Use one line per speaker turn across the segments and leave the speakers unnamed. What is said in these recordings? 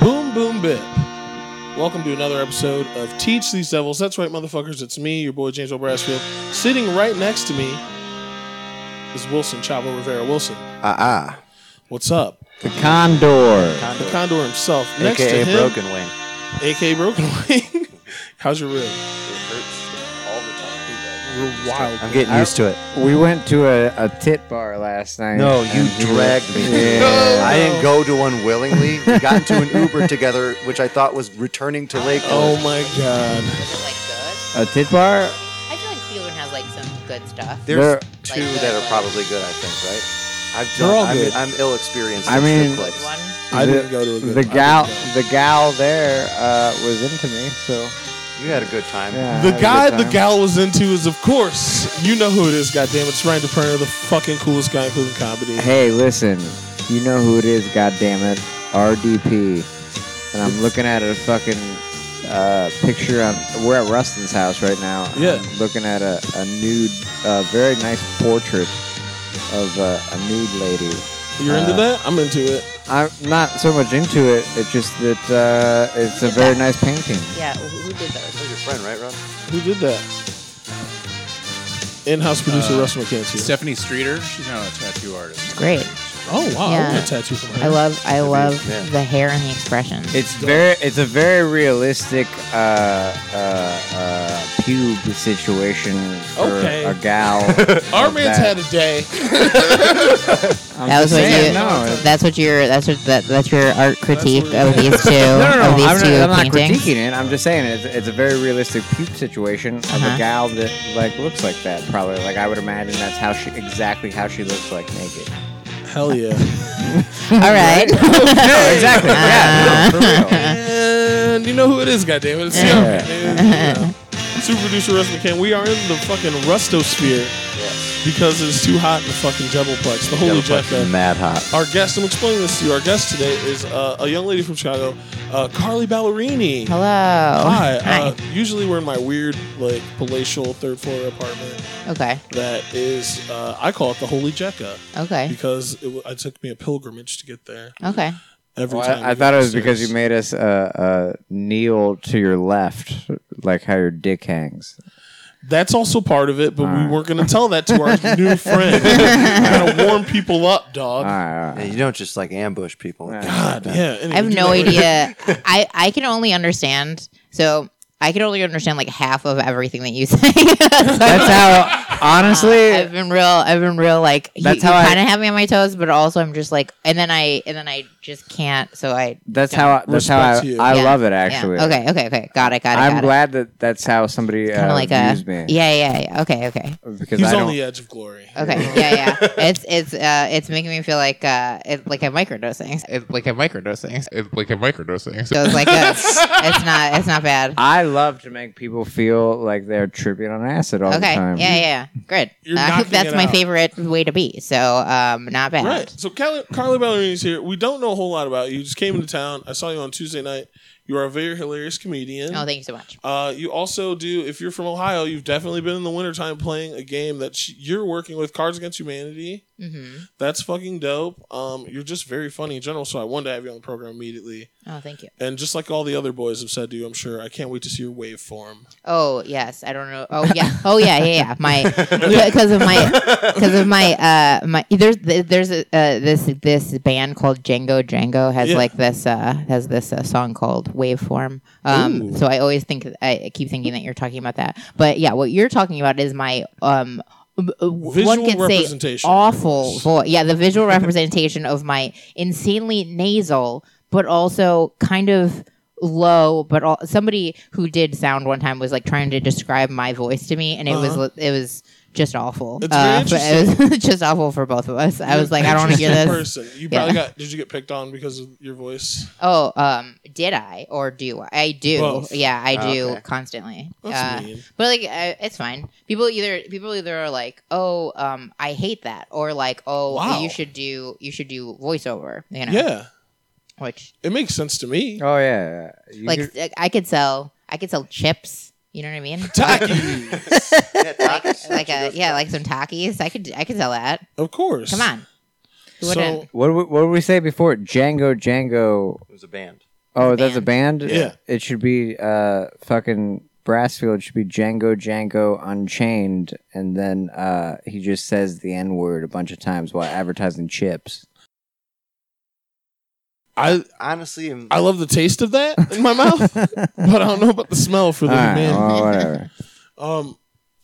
Boom, boom, bip. Welcome to another episode of Teach These Devils. That's right, motherfuckers. It's me, your boy James O'Brasfield. Sitting right next to me is Wilson Chavo Rivera. Wilson,
Uh-uh.
Ah,
what's up?
the condor.
The Condor himself. Next
AKA
to him,
broken wing.
AKA Broken Wing. How's your rib?
It hurts all the time.
Real wild.
I'm getting
I-
used to it.
We went to a, a tit bar last night.
No, you
and he was-
dragged me.
Yeah.
I didn't go to one willingly. We got into an Uber together, which I thought was returning to Lakewood.
Oh my god.
Was it like good?
A tit bar?
I feel like Cleveland has like some good stuff.
There's
They're-
two
Like,
that are
uh,
probably good, I think, right? I've
They're
done,
all
I'm,
good.
I'm ill experienced.
I
in
mean-
strip clubs.
one.
I
The-
didn't go to a good
The
I
gal,
didn't
the gal there uh, was into me, so
You had a good time.
yeah. I
go.
had
The
a
guy
good
the
time.
gal was into is, of course, you know who it is, goddammit. It's Ryan DePerner, the fucking coolest guy in Cleveland comedy.
Hey, listen, you know who it is, goddammit. RDP. And I'm looking at a fucking uh, picture on. We're at Rustin's house right now. and
Yeah.
I'm looking at a, a nude, uh, very nice portrait of uh, a nude lady.
You're into
uh,
that? I'm into it.
I'm not so much into it. It's just that uh, it's a very nice painting.
Yeah, who who did those?
That was your friend, right, Rob?
Who did that? In-house producer
Uh,
Russ McKenzie.
Stephanie Streeter, she's now a tattoo artist.
Great.
oh wow, I
Yeah.
want a tattoo from her.
I love I love
yeah.
the hair and the expression.
It's very, it's a very realistic uh, uh, uh, pube situation for
Okay.
a gal.
Our
of
man's
that.
had a day.
I'm
that was
just
what
saying,
you.
No, it's-
That's what your. That's what that, That's your art critique
what-
of these two.
no, no,
Of
no.
these
I'm,
two
not, I'm not
paintings.
critiquing it. I'm just saying it's, it's a very realistic pube situation of
Uh-huh.
a gal that like looks like that. Probably like I would imagine that's how she exactly how she looks like naked.
Uh,
Hell yeah.
All right.
No, exactly. Yeah, no, for real.
and you know who it is, goddammit. It's
Yeah.
Young. Yeah. Super producer Russ McKenzie. We are in the fucking rustosphere
Yes.
because it's too hot in the fucking Jebbleplex, the holy
That was
Jeff.
fucking mad hot.
Our guest, I'm explaining this to you. Our guest today is uh, a young lady from Chicago, uh, Carly Ballerini.
Hello.
Hi. Uh,
Hi.
usually we're in my weird, like, palatial third floor apartment
okay.
that is, uh, I call it the Holy Jekka
Okay. Oh.
because it, w- it took me a pilgrimage to get there
Okay.
every
Well,
time.
I, I
we
thought
go
it was because you
upstairs.
made us uh, uh, kneel to your left, like how your dick hangs.
That's also part of it, but we
Alright.
weren't going to tell that to our new friend. We're going to warm people up, dog.
All right, all right.
Yeah, you don't just like ambush people.
Yeah.
God, yeah.
I have no idea. I I can only understand. So I can only understand like half of everything that you say. So-
That's how, honestly,
Uh, I've been real. I've been real. Like you,
That's how I-
kind of have me on my toes, but also I'm just like, and then I and then I just can't. So I.
that's how that's how I,
Respect you.
I
Yeah.
love it.
yeah.
Actually,
Okay. Okay. Okay. Got it. Got it.
I'm
got
glad that that's how somebody
Kind
uh,
of like
views
a.
me.
Yeah. Yeah. Yeah. Okay. Okay.
because
He's
I
on
don't.
the edge of glory.
Okay. Yeah. Yeah. it's it's uh it's making me feel like uh it, like I'm microdosing. It, like I'm microdosing.
It's like a microdosing.
So it's like a, it's not it's not bad.
I love to make people feel like they're tripping on acid all the
Okay. Yeah.
time.
Yeah. yeah. Good.
You're
Uh,
knocking
that's
it
my
out.
favorite way to be. So um not bad.
Right. So Cal- Carly Ballerini's here. We don't know a whole lot about you. You just came into town. I saw you on Tuesday night. You are a very hilarious comedian.
Oh, thank you so much.
uh, you also do, if you're from Ohio, you've definitely been in the wintertime playing a game that sh- you're working with, Cards Against Humanity.
hmm
That's fucking dope. Um, you're just very funny in general, so I wanted to have you on the program immediately.
Oh, thank you.
And just like all the other boys have said to you, I'm sure, I can't wait to see your waveform.
Oh yes, I don't know. Oh yeah, oh yeah, yeah, yeah. My because of my because of my uh my there's there's a, uh, this this band called Django Django has
Yeah.
like this uh has this uh, song called Waveform. Um, so I always think I keep thinking that you're talking about that, but yeah, what you're talking about is my um. w- w-
Visual
one could say
representation.
awful voice. Yeah, the visual representation of my insanely nasal, but also kind of low. But all, somebody who did sound one time was like trying to describe my voice to me, and it was it was just awful.
It's Uh-huh. very
but it was just awful for both of us. I was like, I don't want to hear this.
Interesting Person. You probably got. Did you get picked on because of your voice?
Oh, um, did I or do I? I do.
Both.
Yeah, I
Oh,
do
okay.
constantly.
That's
Uh,
mean.
But like, uh, it's fine. People either people either are like, "Oh, um, I hate that," or like, "Oh,
Wow.
you should do you should do voiceover," you know.
Yeah,
Which
it makes sense to me.
Oh yeah. yeah. You
like
could-
like, I could sell I could sell chips. You know what I mean? uh,
Takis,
Yeah,
like a yeah, like some Takis. I could I could sell that.
of course.
Come on. She wouldn't.
So
What did we, what did we say before? Django Django.
It was a band.
Oh,
a
that's a band.
Yeah.
It should be uh fucking Brassfield should be Django Django Unchained, and then uh he just says the N word a bunch of times while advertising chips.
I
Honestly, I'm-
I love the taste of that in my mouth, but I don't know about the smell for the
All right,
man.
well, whatever.
Um,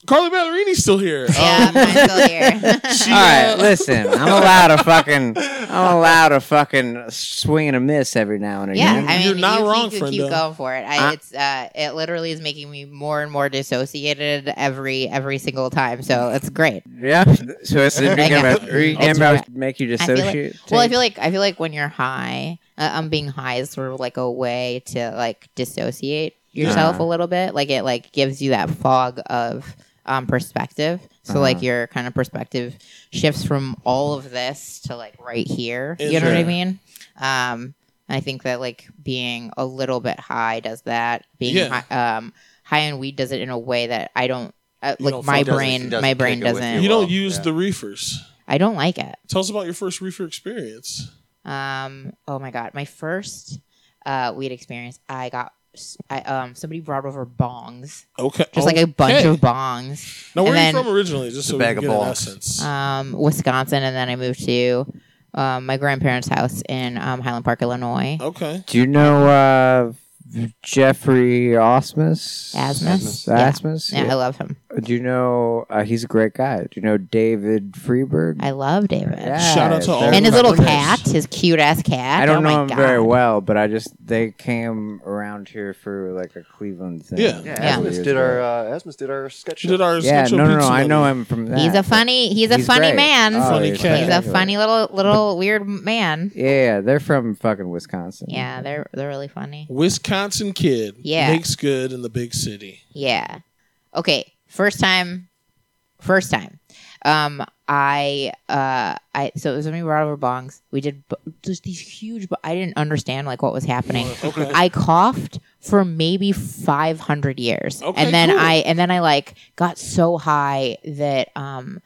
Carly Ballerini's still here.
Yeah,
Um,
mine's still here.
she,
All right,
uh,
listen. I'm allowed a fucking. I'm allowed a fucking swing and a miss every now and
yeah,
again.
I mean,
You're not
you
wrong,
keep,
friendo.
keep going for it. I,
I-
it's uh, it literally is making me more and more dissociated every every single time. So it's great.
yeah. So it's the
I
game
know.
about, are you talking about make you
I feel like-
dissociate.
Well, I feel like I feel like when you're high, uh, um, being high is sort of like a way to like dissociate yourself
Uh-huh.
a little bit. Like it like gives you that fog of um perspective. So like
Uh-huh.
your kind of perspective shifts from all of this to like right here. You know what I
Sure.
mean? Um, I think that like being a little bit high does that. Being
Yeah.
high, um high on weed does it in a way that I don't. Uh,
You
like
don't
my
feel-
brain,
doesn't- doesn't
my brain
kick it with
doesn't.
you
well,
don't use
yeah.
the reefers.
I don't like it.
Tell us about your first reefer experience.
Um. Oh my god, my first uh, weed experience. I got. I um. Somebody brought over bongs,
Okay,
just like a bunch
Okay.
of bongs.
Now, where
and
are you
then-
from originally? Just so we
bag
can
of
get an
bongs.
essence.
Um, Wisconsin, and then I moved to um, my grandparents' house in um, Highland Park, Illinois.
Oh,
okay,
Do you know uh, Jeffrey Osmus?
Asmus? Yeah.
Asmus.
Yeah, I love him.
Do you know uh, he's a great guy? Do you know David Freeberg?
I love David.
Yeah,
Shout out to all
they're
uh, And his little
fucking-
cat, his cute ass cat.
I don't
oh my
know him
God.
very well, but I just they came around here for like a Cleveland thing.
Yeah.
yeah,
Yeah.
Asmus did our uh, Asmus did our sketch.
she
show.
did our
Yeah,
Sancho
no, no, no.
Pizza
I know
movie.
him from that.
He's a funny. He's a funny
great.
man.
Oh,
Funny cat.
He's a
spectacular.
funny little little weird man.
Yeah, yeah, they're from fucking Wisconsin.
Yeah, they're they're really funny.
Wisconsin kid.
Yeah.
makes good in the big city.
Yeah. Okay. First time. First time. Um, I uh, I so it was when we brought over bongs. We did b- just these huge. But I didn't understand like what was happening.
Okay.
I coughed for maybe 500 years.
Okay,
and then
cool.
I and then I like got so high that um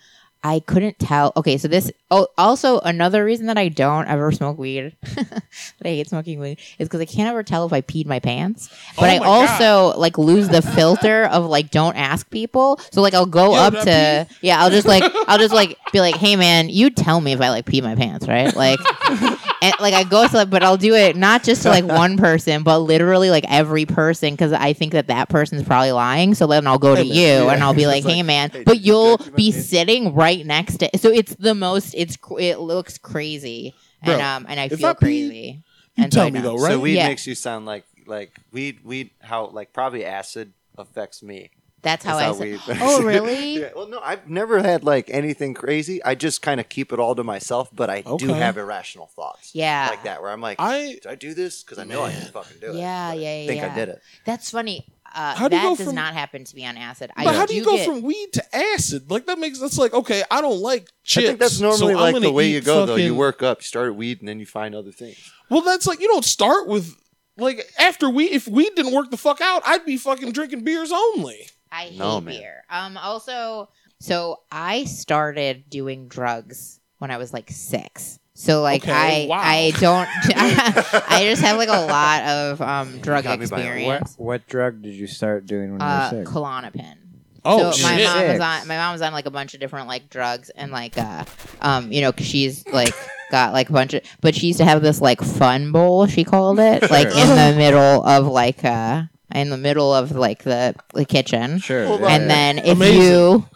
I couldn't tell. Okay, so this oh also another reason that I don't ever smoke weed that I hate smoking weed is cuz I can't ever tell if I peed my pants. But
Oh
I
my
also like lose the filter of like don't ask people. So like I'll
Yo,
go up
did I
to yeah, I'll just like I'll just like be like, "Hey man, you tell me if I like pee my pants, right?" Like and like I go to, but I'll do it not just to like one person, but literally like every person because I think that that person's probably lying. So then I'll go to you and I'll be like, "Hey, man," but you'll be sitting right next to. So it's the most. It's cr- it looks crazy, and
Bro,
um, and I
if
feel
I pee,
crazy.
You
And so I
tell me
know.
though, right?
So weed
Yeah.
makes you sound like like weed weed how like probably acid affects me.
That's how I.
That's
Say,
weed-
oh, really?
yeah. Well, no, I've never had like anything crazy. I just kind of keep it all to myself, but I
Okay.
do have irrational thoughts.
Yeah.
like that where I'm like,
I
did I do this? Because I know I didn't fucking do it.
Yeah,
but I
yeah, yeah,
Think
yeah.
I did it.
That's funny. Uh,
How do you
that
go
does
from-
not happen to be on acid. I
But how do you go
get-
from weed to acid? Like that makes that's like okay. I don't like chips.
I think that's
so
normally
I'm
like
gonna
the way
eat
you go though. You
fucking-
work up, you start at weed, and then you find other things.
Well, that's like you don't start with like after weed. If weed didn't work the fuck out, I'd be fucking drinking beers only.
I hate
No, man.
beer. Um, also, so I started doing drugs when I was like six. So like
Okay,
I
wow.
I don't I just have like a lot of um drug
got me by a
What
experience.
what drug did you start doing when
Uh,
you were sick?
Klonopin.
Oh
so my
shit!
mom was
Six.
on my mom was on like a bunch of different like drugs and like uh um you know 'cause she's like got like a bunch of but she used to have this like fun bowl she called it like in the middle of like uh in the middle of like the, the kitchen
sure.
Hold
yeah,
on.
and
yeah.
then if
Amazing.
you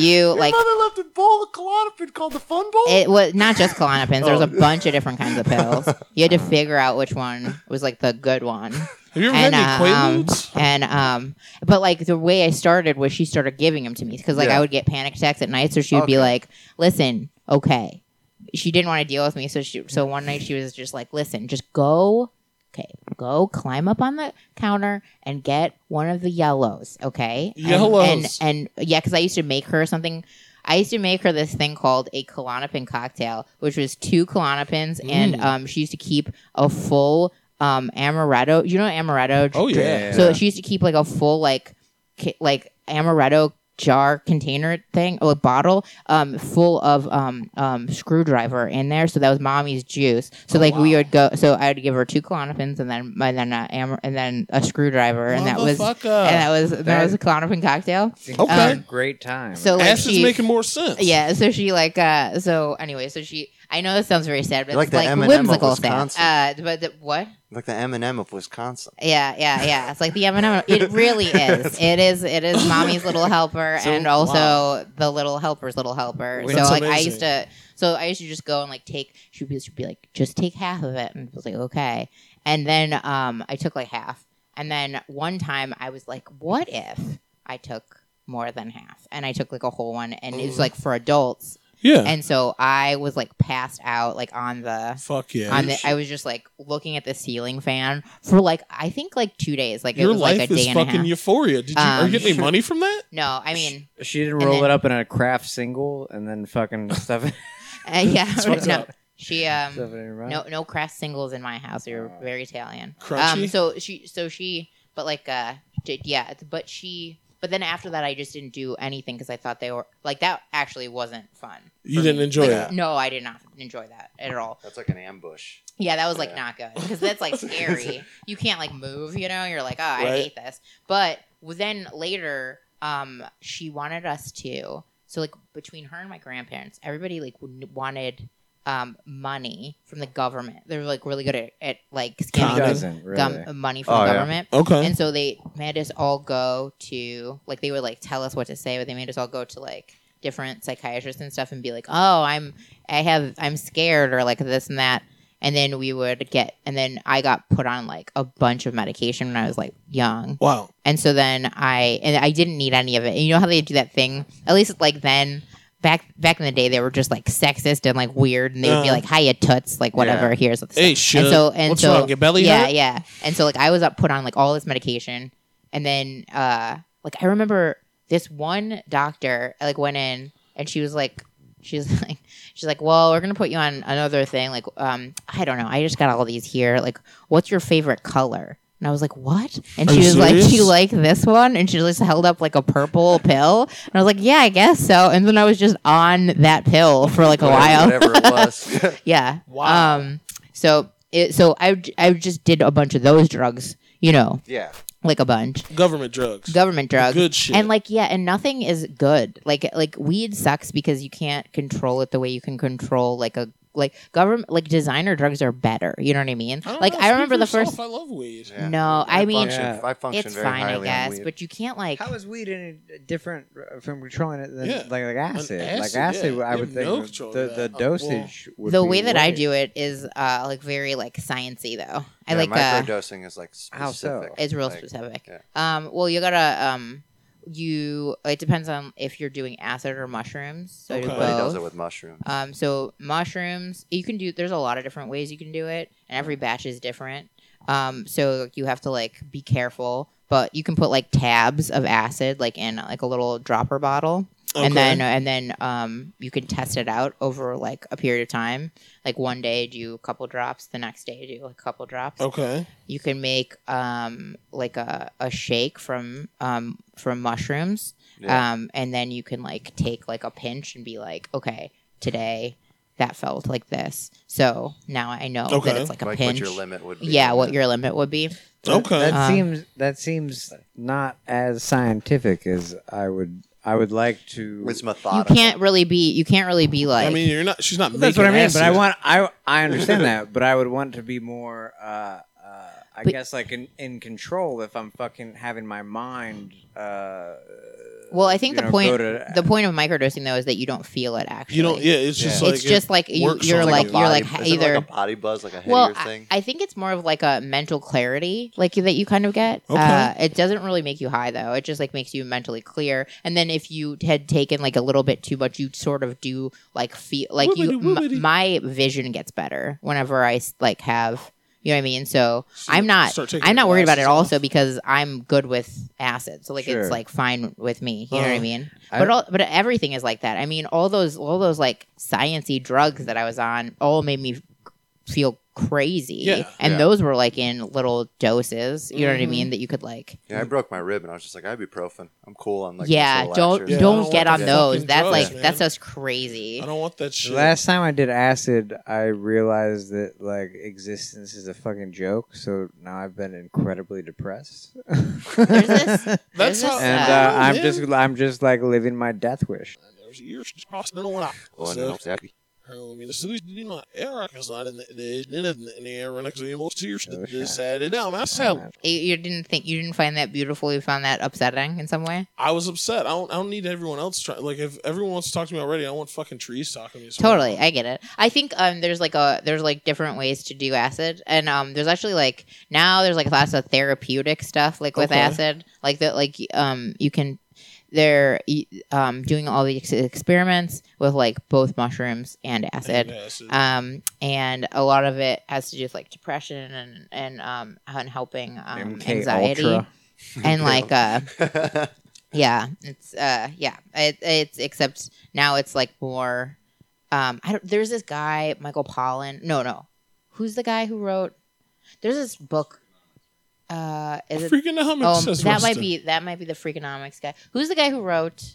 you like
left a bowl of Klonopin called the Fun Bowl. Oh.
it was not just Klonopins. There was a bunch of different kinds of pills. You had to figure out which one was like the good one.
Have you ever
And
had
uh,
any
um,
Quaaludes?
and um, but like the way I started was she started giving them to me because like
Yeah.
I would get panic attacks at night, so she would be
Okay.
like, "Listen, okay." She didn't want to deal with me, so she so one night she was just like, "Listen, just go." Okay, go climb up on the counter and get one of the yellows, okay? And-
Yellows.
And, and, yeah, because I used to make her something. I used to make her this thing called a Klonopin cocktail, which was two Klonopins, and um, she used to keep a full um, amaretto. You know amaretto?
Oh
drink?
yeah.
So she used to keep like a full like ki- like amaretto jar container thing, or a bottle, um, full of um, um, screwdriver in there. So that was mommy's juice.
Oh,
So like we would go. So I would give her two Klonopins and then and then a, am- and then a screwdriver, and that was and
Motherfucker.
that was that was a Klonopin cocktail.
Okay.
Um,
Great time.
So like
Ass is
she-
making more sense.
yeah, so she like uh so anyway, so she I know this sounds very sad, but
You're
it's
like
like
the M&M of
whimsical thing.
Wisconsin.
Uh but the, what?
Like the M&M of Wisconsin.
Yeah, yeah, yeah. It's like the M&M. It really is. It is it is mommy's little helper
So-
and also
wow.
the little helper's little helper.
Wait,
so
that's
like I
amazing.
used to so I used to just go and like take she would be, she'd be like just take half of it and I was like okay. And then um I took like half. And then one time I was like what if I took more than half and I took like a whole one and it
Mm-hmm.
was like for adults
Yeah.
and so I was like passed out like on the
Fuck yeah.
on the I was just like looking at the ceiling fan for like I think like two days. Like it
Your
was
life
like a
is
day and a
fucking
half.
euphoria. Did you, are
Um,
you getting any money from that?
no, I mean
she didn't
and
roll
then-
it up in a craft single and then fucking stuff it,
uh, yeah,
It's fucked
no.
up.
She
stuff it
um
in your mouth.
no no crass singles in my house. We were very Italian.
Crunchy?
Um so she so she but like uh did yeah, it's- but she but then after that I just didn't do anything cuz I thought they were like that actually wasn't fun.
You
for
didn't
me.
enjoy
Like,
it.
No, I did not enjoy that at all.
That's like an ambush.
Yeah, that was like
Yeah.
not good because that's like scary. you can't like move, you know. You're like, oh, I
Right.
hate this. But then later, um, she wanted us to. So like between her and my grandparents, everybody like w- wanted um money from the government. They were like really good at, at like
She
scamming
doesn't really.
gum- money from
Oh,
the
yeah.
government.
Okay.
And so they made us all go to like they would like tell us what to say, but they made us all go to like different psychiatrists and stuff and be like, "Oh, I'm I have I'm scared or like this and that." And then we would get and then I got put on like a bunch of medication when I was like young.
wow.
And so then I and I didn't need any of it. And you know how they do that thing? At least like then back back in the day they were just like sexist and like weird and they would be
Uh.
like, Hiya toots, like whatever, here's what
Hey, shit.
and so and
What's
so
wrong? Your belly
yeah
hurt?
yeah and so like i was up put on like all this medication and then uh like i remember this one doctor like went in and she was like she was like she's like well we're gonna put you on another thing like um i don't know i just got all these here like what's your favorite color and I was like, "What?" And
Are
she
you
was like,
serious?
"Do you like this one?" And she just held up like a purple pill, and I was like, "Yeah, I guess so." And then I was just on that pill for like a while.
Whatever it was.
Yeah.
Wow.
Um. So it, so I j- I just did a bunch of those drugs. You know,
yeah.
like a bunch
Government drugs.
government drugs.
Good shit.
And like yeah, and nothing is good. Like like weed sucks because you can't control it the way you can control like a like government like designer drugs are better. You know what I mean?
don't
like
know,
I
speak
remember
for
the
yourself,
first.
I love weed.
yeah.
No, Oh, I mean
function,
Yeah.
I function
it's
very
fine, I
highly on
guess,
weed.
but you can't like.
How is weed any different r- uh, from controlling it than
Yeah.
like, like acid? Like
acid,
acid,
yeah.
I
You
would
have
think
no
would-
control
the,
of
the
that. Uh, well,
dosage would
the
be
way that I
way-
do it is uh like very like sciency though. I
yeah,
like uh, Oh,
microdosing is like specific.
How so?
It's real
Like,
specific.
yeah.
Um, well, you gotta um, you. It depends on if you're doing acid or mushrooms. So do
Okay.
both.
Everybody does it with mushrooms.
Um, so mushrooms, you can do. There's a lot of different ways you can do it, and every batch is different. Um, so you have to like be careful, but you can put like tabs of acid like in like a little dropper bottle,
Okay.
and then and then um, you can test it out over like a period of time. Like one day do a couple drops, the next day do a couple drops.
Okay.
You can make um, like a, a shake from um, from mushrooms,
Yeah.
um, and then you can like take like a pinch and be like, okay, today that felt like this, so now I know
Okay.
that it's like a
like what
pinch.
your limit would be.
yeah, what your limit would be.
Okay.
That
Um,
seems that seems not as scientific as I would I would like to.
It's
You
methodical.
can't really be. You can't really be like.
I mean, you're not. She's not.
Well, that's what I
making
mean,
acid.
but I want I I understand that, but I would want to be more. Uh, uh, I
But-
guess like in, in control if I'm fucking having my mind. Uh,
well, I think
you
the
know,
point.
go to-
the point of microdosing though is that you don't feel it actually.
You don't. Yeah. It's just like.
it's
it
just like you,
works
you're
on
like,
a
you're
body-
like
isn't it
either
like a body buzz, like a headier
well,
thing.
I, I think it's more of like a mental clarity, like that you kind of get.
Okay.
Uh, it doesn't really make you high though. It just like makes you mentally clear. And then if you had taken like a little bit too much, you sort of do like feel like you.
Woobity, woobity.
M- my vision gets better whenever I s- like have. You know what I mean? So
So
I'm not.
start taking
I'm
your
not worried about it
glasses
also
off.
because I'm good with acid. So like
Sure.
it's like fine with me. You know what I
Uh-huh.
mean?
I-
but all but everything is like that. I mean, all those all those like sciency drugs that I was on all made me feel crazy.
Yeah, Mm-hmm.
and
yeah.
those were like in little doses. You know what I mean? That you could like.
Yeah, I broke my rib and I was just like ibuprofen. I'm cool on like
yeah,
this
don't
relaxer
Yeah, I
don't
don't
get
want that
on those.
fucking
That's
drugs,
like
man.
that's us crazy.
I don't want that shit.
Last time I did acid, I realized that like existence is a fucking joke. So now I've been incredibly depressed.
There's this.
and
there's
That's how-
this,
uh,
Oh,
I'm
man.
just I'm just like living my death wish.
There's ears crossing the line.
Oh, and
So-
then I'm happy.
Oh, I mean, the solution is not error because I didn't error next to the most serious
Oh, shit.
decided down myself.
you, you didn't think you didn't find that beautiful. You found that upsetting in some way.
I was upset. I don't. I don't need everyone else trying. Like if everyone wants to talk to me already, I want fucking trees talking to me. So
Totally, I get it. I think um, there's like a there's like different ways to do acid, and um, there's actually like now there's like lots of therapeutic stuff like with
Okay.
acid, like that like um you can they're y- um doing all the ex- experiments with like both mushrooms and acid.
Yeah, so-
Um, and a lot of it has to do with like depression and and um and helping um,
MK
anxiety
Ultra.
and like uh
That's
yeah, it's uh yeah, it, it's except now it's like more um I don't there's this guy Michael Pollan. No, no. Who's the guy who wrote There's this book uh is it
freaking how
Oh,
much says
that might
Rustin.
be that might be the Freakonomics guy. Who's the guy who wrote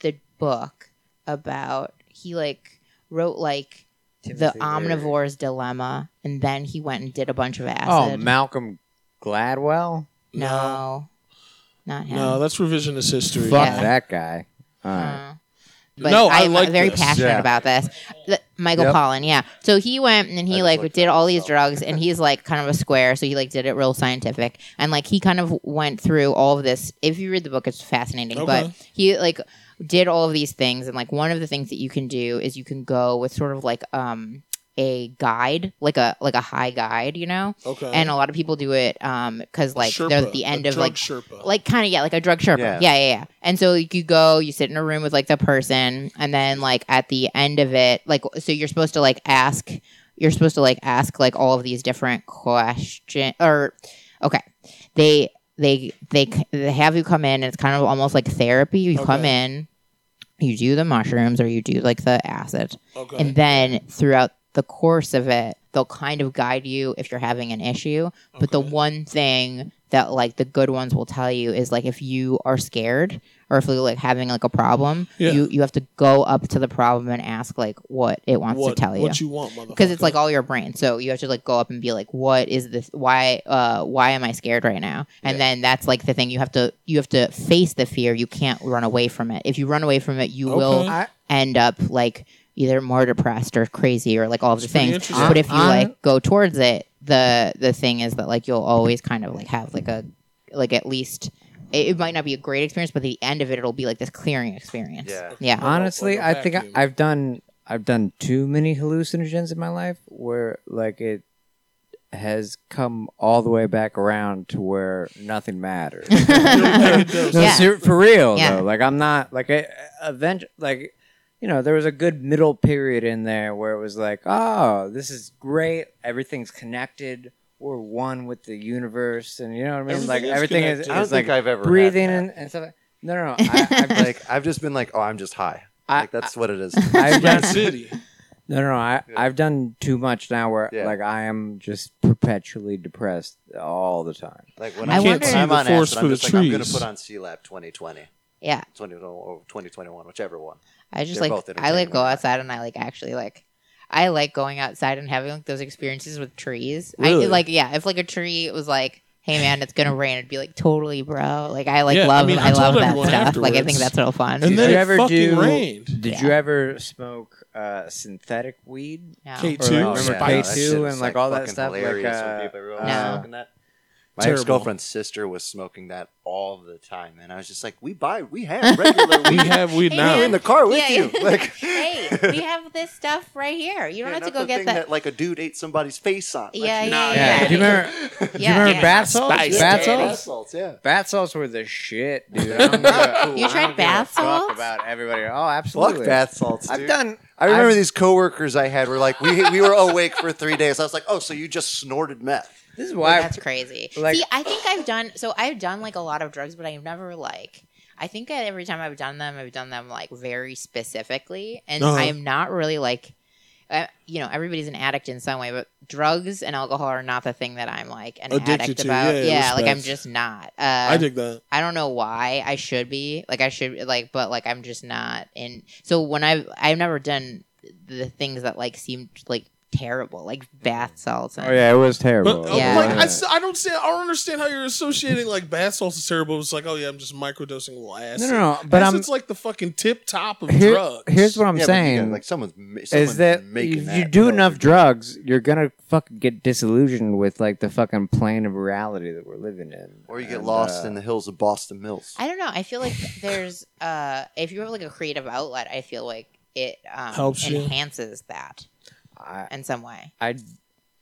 the book about he like wrote like the
Timothy
omnivore's dilemma and then he went and did a bunch of
Oh,
acid.
Malcolm Gladwell.
no. Not him.
No, that's revisionist history.
Fuck
Yeah.
that guy. All right.
Uh, But
No, I
I'm
like
very
this.
passionate
Yeah.
about this. Th- Michael
Yep.
Pollan, yeah. So he went and
I
he
just
like
looked
did
it up
all these
myself.
drugs, and he's like kind of a square, so he like did it real scientific, and like he kind of went through all of this. If you read the book, it's fascinating. But
Okay.
he like did all of these things, and like one of the things that you can do is you can go with sort of like um a guide, like a like a high guide, you know.
Okay.
And a lot of people do it um because like
Sherpa,
they're at the end
a
of
drug
like
Sherpa.
like kind of yeah like a drug sherpa yeah.
Yeah.
yeah yeah and so like, you go you sit in a room with like the person and then like at the end of it like so you're supposed to like ask you're supposed to like ask like all of these different question or okay they they they c- they have you come in and it's kind of almost like therapy you come
Okay.
in you do the mushrooms or you do like the acid
okay.
and then throughout the course of it, they'll kind of guide you if you're having an issue. But the
Okay.
one thing that like the good ones will tell you is like if you are scared or if you're like having like a problem,
Yeah.
you you have to go up to the problem and ask like what it wants
what,
to tell you.
what you want, motherfucker?
Because it's like all your brain, so you have to like go up and be like, "What is this? Why? Uh, why am I scared right now?" And then that's like the thing you have to you have to face the fear. You can't run away from it. If you run away from it, you will
Okay.
I-
end up like either more depressed or crazy or like all of the
It's pretty
things.
interesting.
But if you
I-
like go towards it, the the thing is that like you'll always kind of like have like a like at least it, it might not be a great experience, but at the end of it, it'll be like this clearing experience.
Yeah.
Yeah.
honestly
Or
i
the
think I,
vacuum.
i've done i've done too many hallucinogens in my life where like it has come all the way back around to where nothing matters no,
Yeah.
ser- for real
Yeah.
though like i'm not like i event like you know there was a good middle period in there where it was like oh this is great everything's connected we're one with the universe and you know what i mean like
Everything is
everything is,
connected.
I don't
is,
think
like
I've ever had
breathing
that.
and, and stuff like- no no no I, I've just-
like I've just been like, oh, I'm just high.
I-
like that's what it is.
I've
Rat
done
City.
No, no, no, I, I've done too much now where
Yeah.
like I am just perpetually depressed all the time.
Like when
I
I'm,
can't
when
see
I'm
the
on
forest
acid,
for
I'm
the
just like, I'm gonna
trees.
put on C-Lab 2020,
yeah.
20, or 2021, whichever one.
I just
They're
like
both
I like
entertaining.
go outside and I like actually like I like going outside and having like those experiences with trees. I
Really?
like yeah, if like a tree was like, "Hey man, it's gonna rain," I'd be like, "Totally, bro!" Like I like
Yeah, I
love I,
mean, I
love
told
that
everyone
stuff. Like I think
afterwards.
that's real fun.
And
Did
then
you
it
ever
fucking
do-
rained.
Did
Yeah.
you ever smoke uh, synthetic weed?
No.
Kate-
Or,
Two?
like,
Oh,
remember
yeah.
K
K2
that
two
shit
and
is,
like all that
fucking
stuff? Like,
hilarious when
uh,
people are
No.
smoking that. My
Terrible.
ex girlfriend's sister was smoking that all the time, and I was just like, "We buy, we have regular
We
weed
have weed
Hey,
now.
man.
Oh.
here in the car with
Yeah,
you."
yeah.
Like,
hey, we have this stuff right here. You don't
Yeah,
have to
not
go
the
get
thing
that.
that. Like a dude ate somebody's face on. Like,
yeah, yeah,
Nah,
yeah.
yeah, yeah.
Do you remember? Do you
Yeah.
remember
Yeah.
bath salts?
Spice
Bath
Daddy.
salts?
salts, yeah.
Bath salts were the shit, dude. I don't give a-
You
I
tried
don't give a
bath salts?
Fuck about everybody. Oh,
Fuck
absolutely.
bath salts. Dude.
I've done.
I remember
I've-
these coworkers I had were like, we we were awake for three days. I was like, oh, so you just snorted meth?
This is why.
That's crazy.
Like-
See, I think I've done so. I've done like a lot of drugs, but I've never like. I think that every time I've done them, I've done them like very specifically, and
Uh-huh.
I am not really like. uh, you know, everybody's an addict in some way, but drugs and alcohol are not the thing that I'm like an
Addicted
addict
to,
about.
yeah,
like I'm
respect.
just not. Uh,
I dig that.
I don't know why I should be like I should like, but like I'm just not. And so when I've I've never done the things that like seemed like terrible, like bath salts. And,
Oh yeah, it was terrible.
But uh,
Yeah.
like, I, s- I don't see, I don't understand how you're associating like bath salts is terrible. It's like, oh yeah, I'm just microdosing a little
no,
acid.
no, no. But I'm
it's like the fucking tip top of
here,
drugs.
Here's what I'm
Yeah, but
saying:
again, like someone's, ma- someone's
is that
making
if
that
you do
milk.
enough drugs, you're gonna fucking get disillusioned with like the fucking plane of reality that we're living in,
or you get
And,
lost
uh,
in the hills of Boston Mills.
I don't know. I feel like there's uh if you have like a creative outlet, I feel like it um,
Helps you.
enhances that
I,
in some way.
I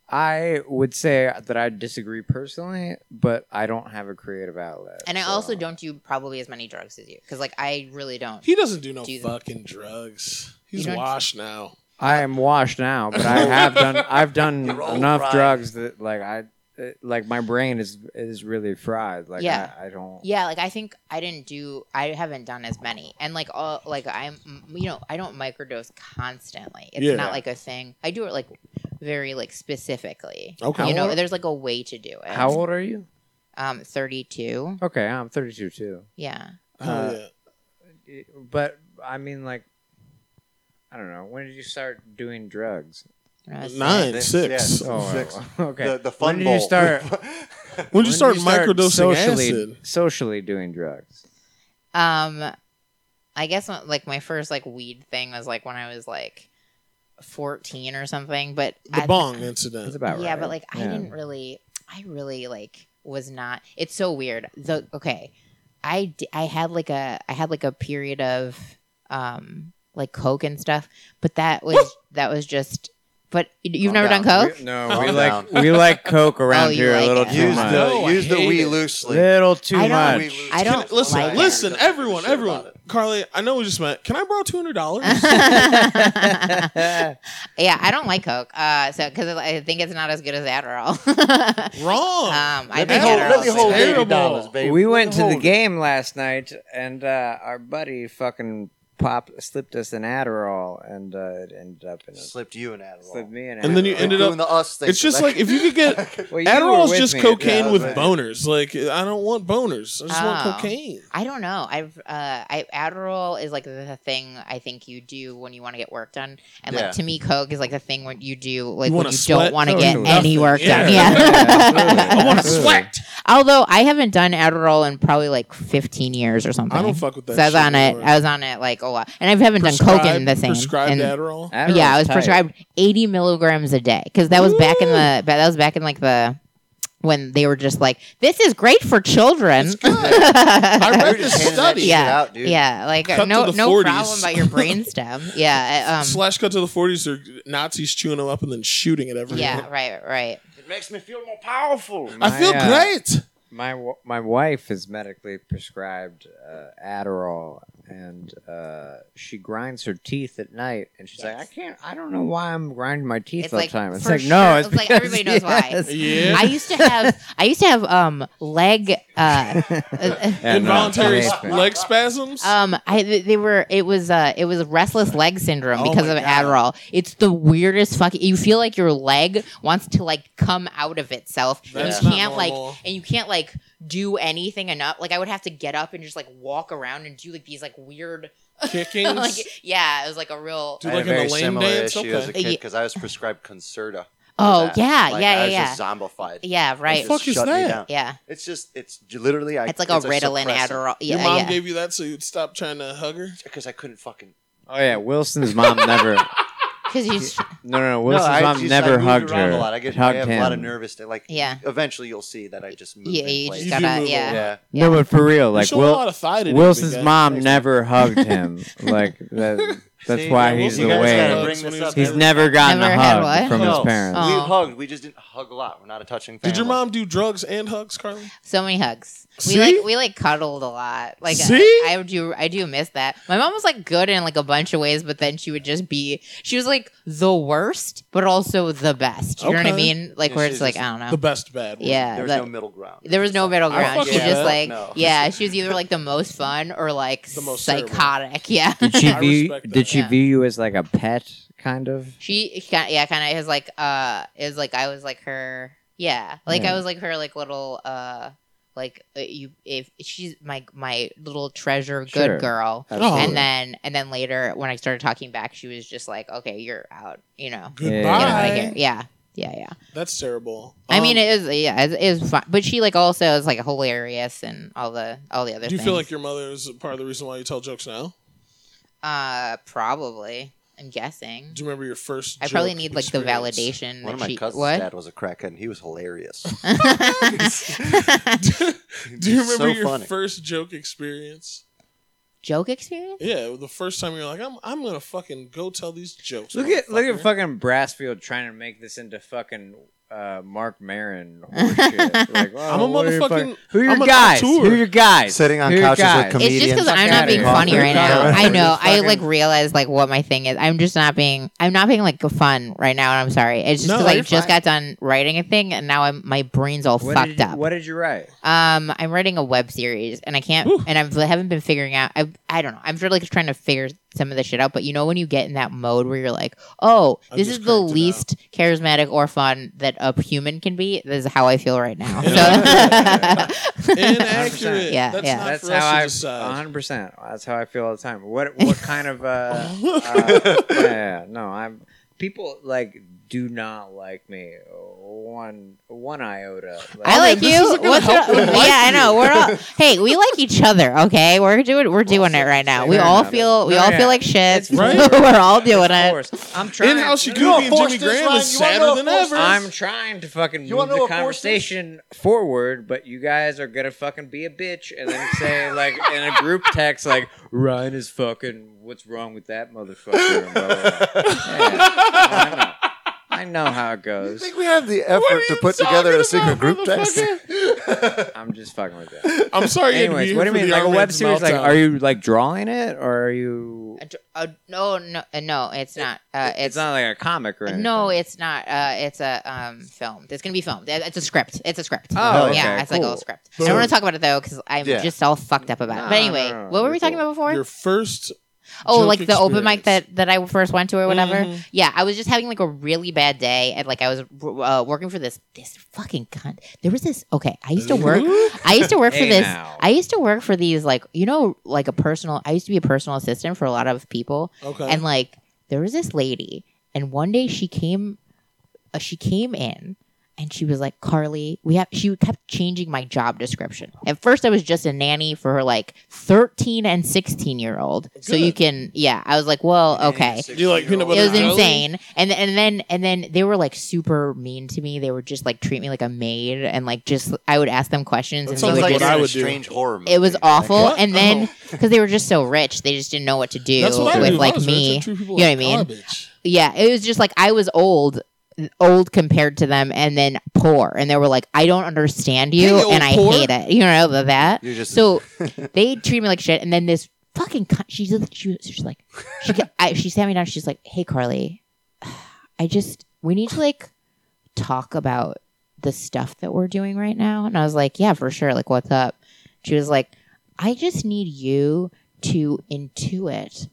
I would say that I disagree personally, but I don't have a creative outlet.
And I
so-
also don't do probably as many drugs as you because like I really don't.
He doesn't do no
Do you-
fucking drugs. He's
don't-
washed now.
I am washed now, but I have done. I've done
You're all
enough
fried.
drugs that like I, it- like my brain is is really fried. Like
Yeah.
I, I don't.
Yeah, like I think I didn't do. I haven't done as many, and like all like I'm you know I don't microdose constantly. It's
Yeah.
not like a thing. I do it like very like specifically.
Okay.
you know,
How-
there's like a way to do it.
How old are you?
Um, 32.
Okay, I'm 32 too.
Yeah.
Uh,
oh, yeah.
But I mean, like, I don't know. When did you start doing drugs?
When I was
Nine,
Six,
six.
yeah. Six.
well, Oh, okay.
The, the fun
when did
bowl.
you start?
When
when
did
did
you start microdosing
socially,
acid?
Socially doing drugs.
Um, I guess uh, like my first like weed thing was like when I was like fourteen or something. But
The
I-
bong
That's
incident.
about
yeah,
right.
but like I
Yeah.
didn't really. I really like was not. It's so weird. The okay, I d- I had like a I had like a period of um like coke and stuff, but that was that was just. But you've
Calm
never
down.
done coke.
We- no,
Calm
we
down.
like we like coke around
Oh, you
here
like
a little
it.
too
use
much.
the
No, I
use the
hate
we
it.
loosely.
little too
I don't-
much.
We-
I don't
listen,
like it.
listen,
Don't give a
everyone,
shit
everyone.
about it.
Carly, I know we just met. Can I borrow two hundred dollars?
yeah, I don't like coke. Uh, so because I think it's not as good as Adderall.
Wrong.
Uh,
um, I
Let me
think
hold, let
Adderall's
me hold
terrible.
eighty dollars, baby.
we went to the
hold it.
game last night, and uh, our buddy fucking popped slipped us an Adderall, and uh, it ended up in a
Slipped you an Adderall.
slipped me an.
And then you
Adderall.
Quit
ended
doing
up-
the us thing.
it's just like if you could get
Well, you were
Adderall's
with
just
me.
cocaine
Yeah,
with
right.
boners. Like I don't want boners. I just
Oh.
want cocaine.
I don't know. I've uh, I Adderall is like the thing I think you do when you want to get work done, and
Yeah.
like to me, Coke is like the thing when you do like when
wanna
you
sweat?
don't want to
Oh,
get
nothing.
any work
Yeah.
done.
Yeah,
Yeah.
absolutely.
I want to
Absolutely.
sweat.
Although I haven't done Adderall in probably like 15 years or something.
I don't fuck with that.
So I was
shit
on it.
anymore.
I was on it like a lot, and I haven't done coke in the same.
Prescribed
in-
Adderall.
Adderall's
yeah, I was
tight.
prescribed 80 milligrams a day because that was back in the ba- that was back in like the when they were just like this is great for children.
I read
You're
this
just handing that
study.
shit
Yeah.
out, dude.
Yeah, like
Cut
no
to the
no
40s.
problem about your brainstem. yeah, I- um,
Slash cut to the 40s or Nazis chewing them up and then shooting at everyone.
yeah, right, right.
It makes me feel more powerful.
I feel
My, uh,
great.
My w- my wife is medically prescribed uh, Adderall, and uh, she grinds her teeth at night. And she's like, I can't. I don't know why I'm grinding my teeth
It's
all
like,
the time. It's
for
like no,
sure-
it's,
it's like
because-
everybody knows why.
yes.
Yeah.
I used to have I used to have um leg uh, uh,
Yeah, no,
Involuntary
it's
s-
amazing.
leg spasms.
um I th- they were it was uh it was restless leg syndrome
Oh
because
my
of
God.
Adderall. It's the weirdest fucking you feel like your leg wants to like come out of itself.
That's
and you
not
can't
normal.
like and you can't like do anything enough. Like I would have to get up and just like walk around and do like these like weird
Kickings.
like yeah, it was like a real
Dude,
I had
like in
a
the
very
lame
similar
dance?
issue as a
Okay.
kid because I was prescribed Concerta. for
Oh,
that.
yeah,
Like,
yeah,
I
yeah,
was
yeah.
just zombified.
Yeah, right.
It
fuck
just
is
shut me
that?
down.
Yeah.
It's just it's literally I.
It's like a Ritalin Adderall. Yeah,
Your mom
yeah.
gave you that so you'd stop trying to hug her?
because I couldn't fucking.
Oh yeah, Wilson's mom never.
Cause you,
No, no, no.
No,
Wilson's
I
mom
just- I
never
moved
hugged
around
her.
A lot. I get
hugged
I have
him.
a lot of nervous. Like
Yeah.
Eventually, you'll see that I just moved.
yeah,
in
you
place.
just
You do
gotta,
move a
yeah.
lot.
yeah.
No, but for real,
Like,
like
showing a lot
Will,
of thigh today,
Wilson's
big guy.
mom never hugged him. Like that, that's
See,
why
yeah,
he's
you
the
guys gotta
way.
bring this up
He's
every-
never gotten
Never
a
had
hug
what?
from
No,
his parents.
Oh.
We hugged. We just didn't hug a lot. We're not a touching family.
Did your mom do drugs and hugs, Carly?
So many hugs. We
See?
like we like cuddled a lot. Like uh,
See?
I, I do I do miss that. My mom was like good in like a bunch of ways, but then she would just be she was like the worst, but also the best. You know what
Okay.
I mean? Like
Yeah,
where
she was
it's like
just
I don't know.
The best bad one.
yeah,
There was
that-
no middle ground.
there was no middle
I
ground.
fuck
She was
with
just
that.
like
No.
yeah, she was either like the most fun or like
The most
psychotic. Yeah.
Did she
I
view?
respect that.
Did she
Yeah.
view you as like a pet kind of.
She, she kind yeah, kind of is like uh is like I was like her yeah like
Yeah.
I was like her like little uh like uh, you if she's my my little treasure good
Sure. Oh.
girl
Absolutely.
and then and then later when I started talking back she was just like okay you're out you know
Yeah, yeah,
Goodbye.
yeah.
get out
Bye.
of here yeah yeah yeah
That's terrible.
I mean
Um,
it is yeah it is fun but she like also is like hilarious and all the all the other
do you
things.
feel like your mother is part of the reason why you tell jokes now?
uh probably I'm guessing
Do you remember your first?
I probably
joke
need like the
experience?
validation
One of
that
my
she
cousins'
what
dad was a crackhead. and He was hilarious.
do you remember
so
your
funny.
first joke experience?
joke experience?
Yeah, the first time you're like, I'm, I'm gonna fucking go tell these jokes.
Look at look at
motherfucker.
fucking Brassfield trying to make this into fucking uh, Mark Maron horseshit. like, oh,
I'm a
what are your
motherfucking-
who are your
I'm an
guys?
auteur.
Who are your guys?
Sitting on
Who are your
couches with
guys?
comedians.
It's just
Fuck
because I'm not
outta
being
here.
funny
Fuck
right now.
outta here.
I know. I
Fucking-
like realize like what my thing is. I'm just not being. I'm not being like fun right now, and I'm sorry. It's just
No,
because I
you're
just
fine.
got done writing a thing, and now I'm my brain's all
What
fucked
did you,
up.
What did you write?
Um, I'm writing a web series, and I can't,
Whew.
and I've, I haven't been figuring out. I, I don't know. I'm sure like trying to figure some of the shit out, but you know when you get in that mode where you're like, oh,
I'm
this
just
is the
cranked it
least charismatic or fun that a human can be. This is how I feel right now.
Yeah.
So-
inaccurate.
Yeah,
that's
yeah.
not
That's
for us
how
to
I.
decide.
100. percent That's how I feel all the time. What what kind of uh, uh yeah, yeah, no I'm people like do not like me one one iota.
I
Oh,
like
Oh, this
you.
isn't gonna
What's
help
up?
you. I
yeah, I know. We're all hey, we like each other. Okay, we're doing we're doing it right now. We
fair
all
enough.
feel we
No,
all
yeah.
feel like shit.
It's Right.
we're all doing it.
Forced. I'm trying.
In house, you
No, no,
Goofy and
force
Jimmy
this,
Graham
Ryan.
is
You wanna
sadder
know
than
a force
ever.
I'm trying to fucking
You
move
wanna
the
know what forced is?
conversation forward, but you guys are gonna fucking be a bitch and then say like in a group text like Ryan is fucking what's wrong with that motherfucker? and blah, blah, blah. Yeah. I, know. I know how it
I
goes.
think we have the effort to put together a secret group text.
I'm just fucking with that.
I'm sorry. you had to be
Anyways,
here
what do you
for
mean?
the
Like a
Iron
web
Man's
series? Like,
meltdown.
are you like drawing it or are you?
Uh, dr- uh, no, no, uh, no, it's not. Uh,
It's not like a comic or anything.
No, it's not. Uh, it's a um, film. It's gonna be filmed. It- It's a script. It's a script.
Oh, okay,
yeah, it's like a
cool.
little script. I don't want to talk about it though because I'm
Yeah.
just all fucked up about it.
No,
But anyway,
no, no,
what were
you're
we talking
cool.
about before?
your first?
oh,
joke
like the open mic
experience.
that that I first went to or whatever.
Mm-hmm.
Mhm.
Yeah, I was just having like a really bad day, and like I was uh, working for this this fucking cunt. There was this. Okay, I used to work. I used to work for
Hey,
this.
now.
I used to work for these like you know like a personal. I used to be a personal assistant for a lot of people,
Uh-huh.
Okay.
and like there was this lady, and one day she came, uh, she came in. And she was like, Carly, we have. She kept changing my job description. At first, I was just a nanny for her, like thirteen and sixteen year old. So you
Good.
can, yeah. I was like, well, okay
do you like peanut butter?
it
and
was
jelly?
insane and and then and then they were like super mean to me they were just like treat me like a maid and like just i would ask them questions and
sounds
they
like
just,
what I would do.
strange horror movie.
it was awful
What? Oh.
and then because they were just so rich they just didn't know what to do
That's what I
with
do.
like
I was
me
rich. I treat people
You know
like
what I mean?
Garbage.
yeah it was just like i was old old compared to them and then poor and they were like i don't understand you
Hey, old
and i
poor.
hate it you know that
You're just
so they treat me like shit, and then this fucking cunt, she's she, was- she's like she ca- I, she sat me down. She's like, "Hey Carly, I just we need to like talk about the stuff that we're doing right now." And I was like, "Yeah, for sure. Like, what's up?" She was like, "I just need you to intuit."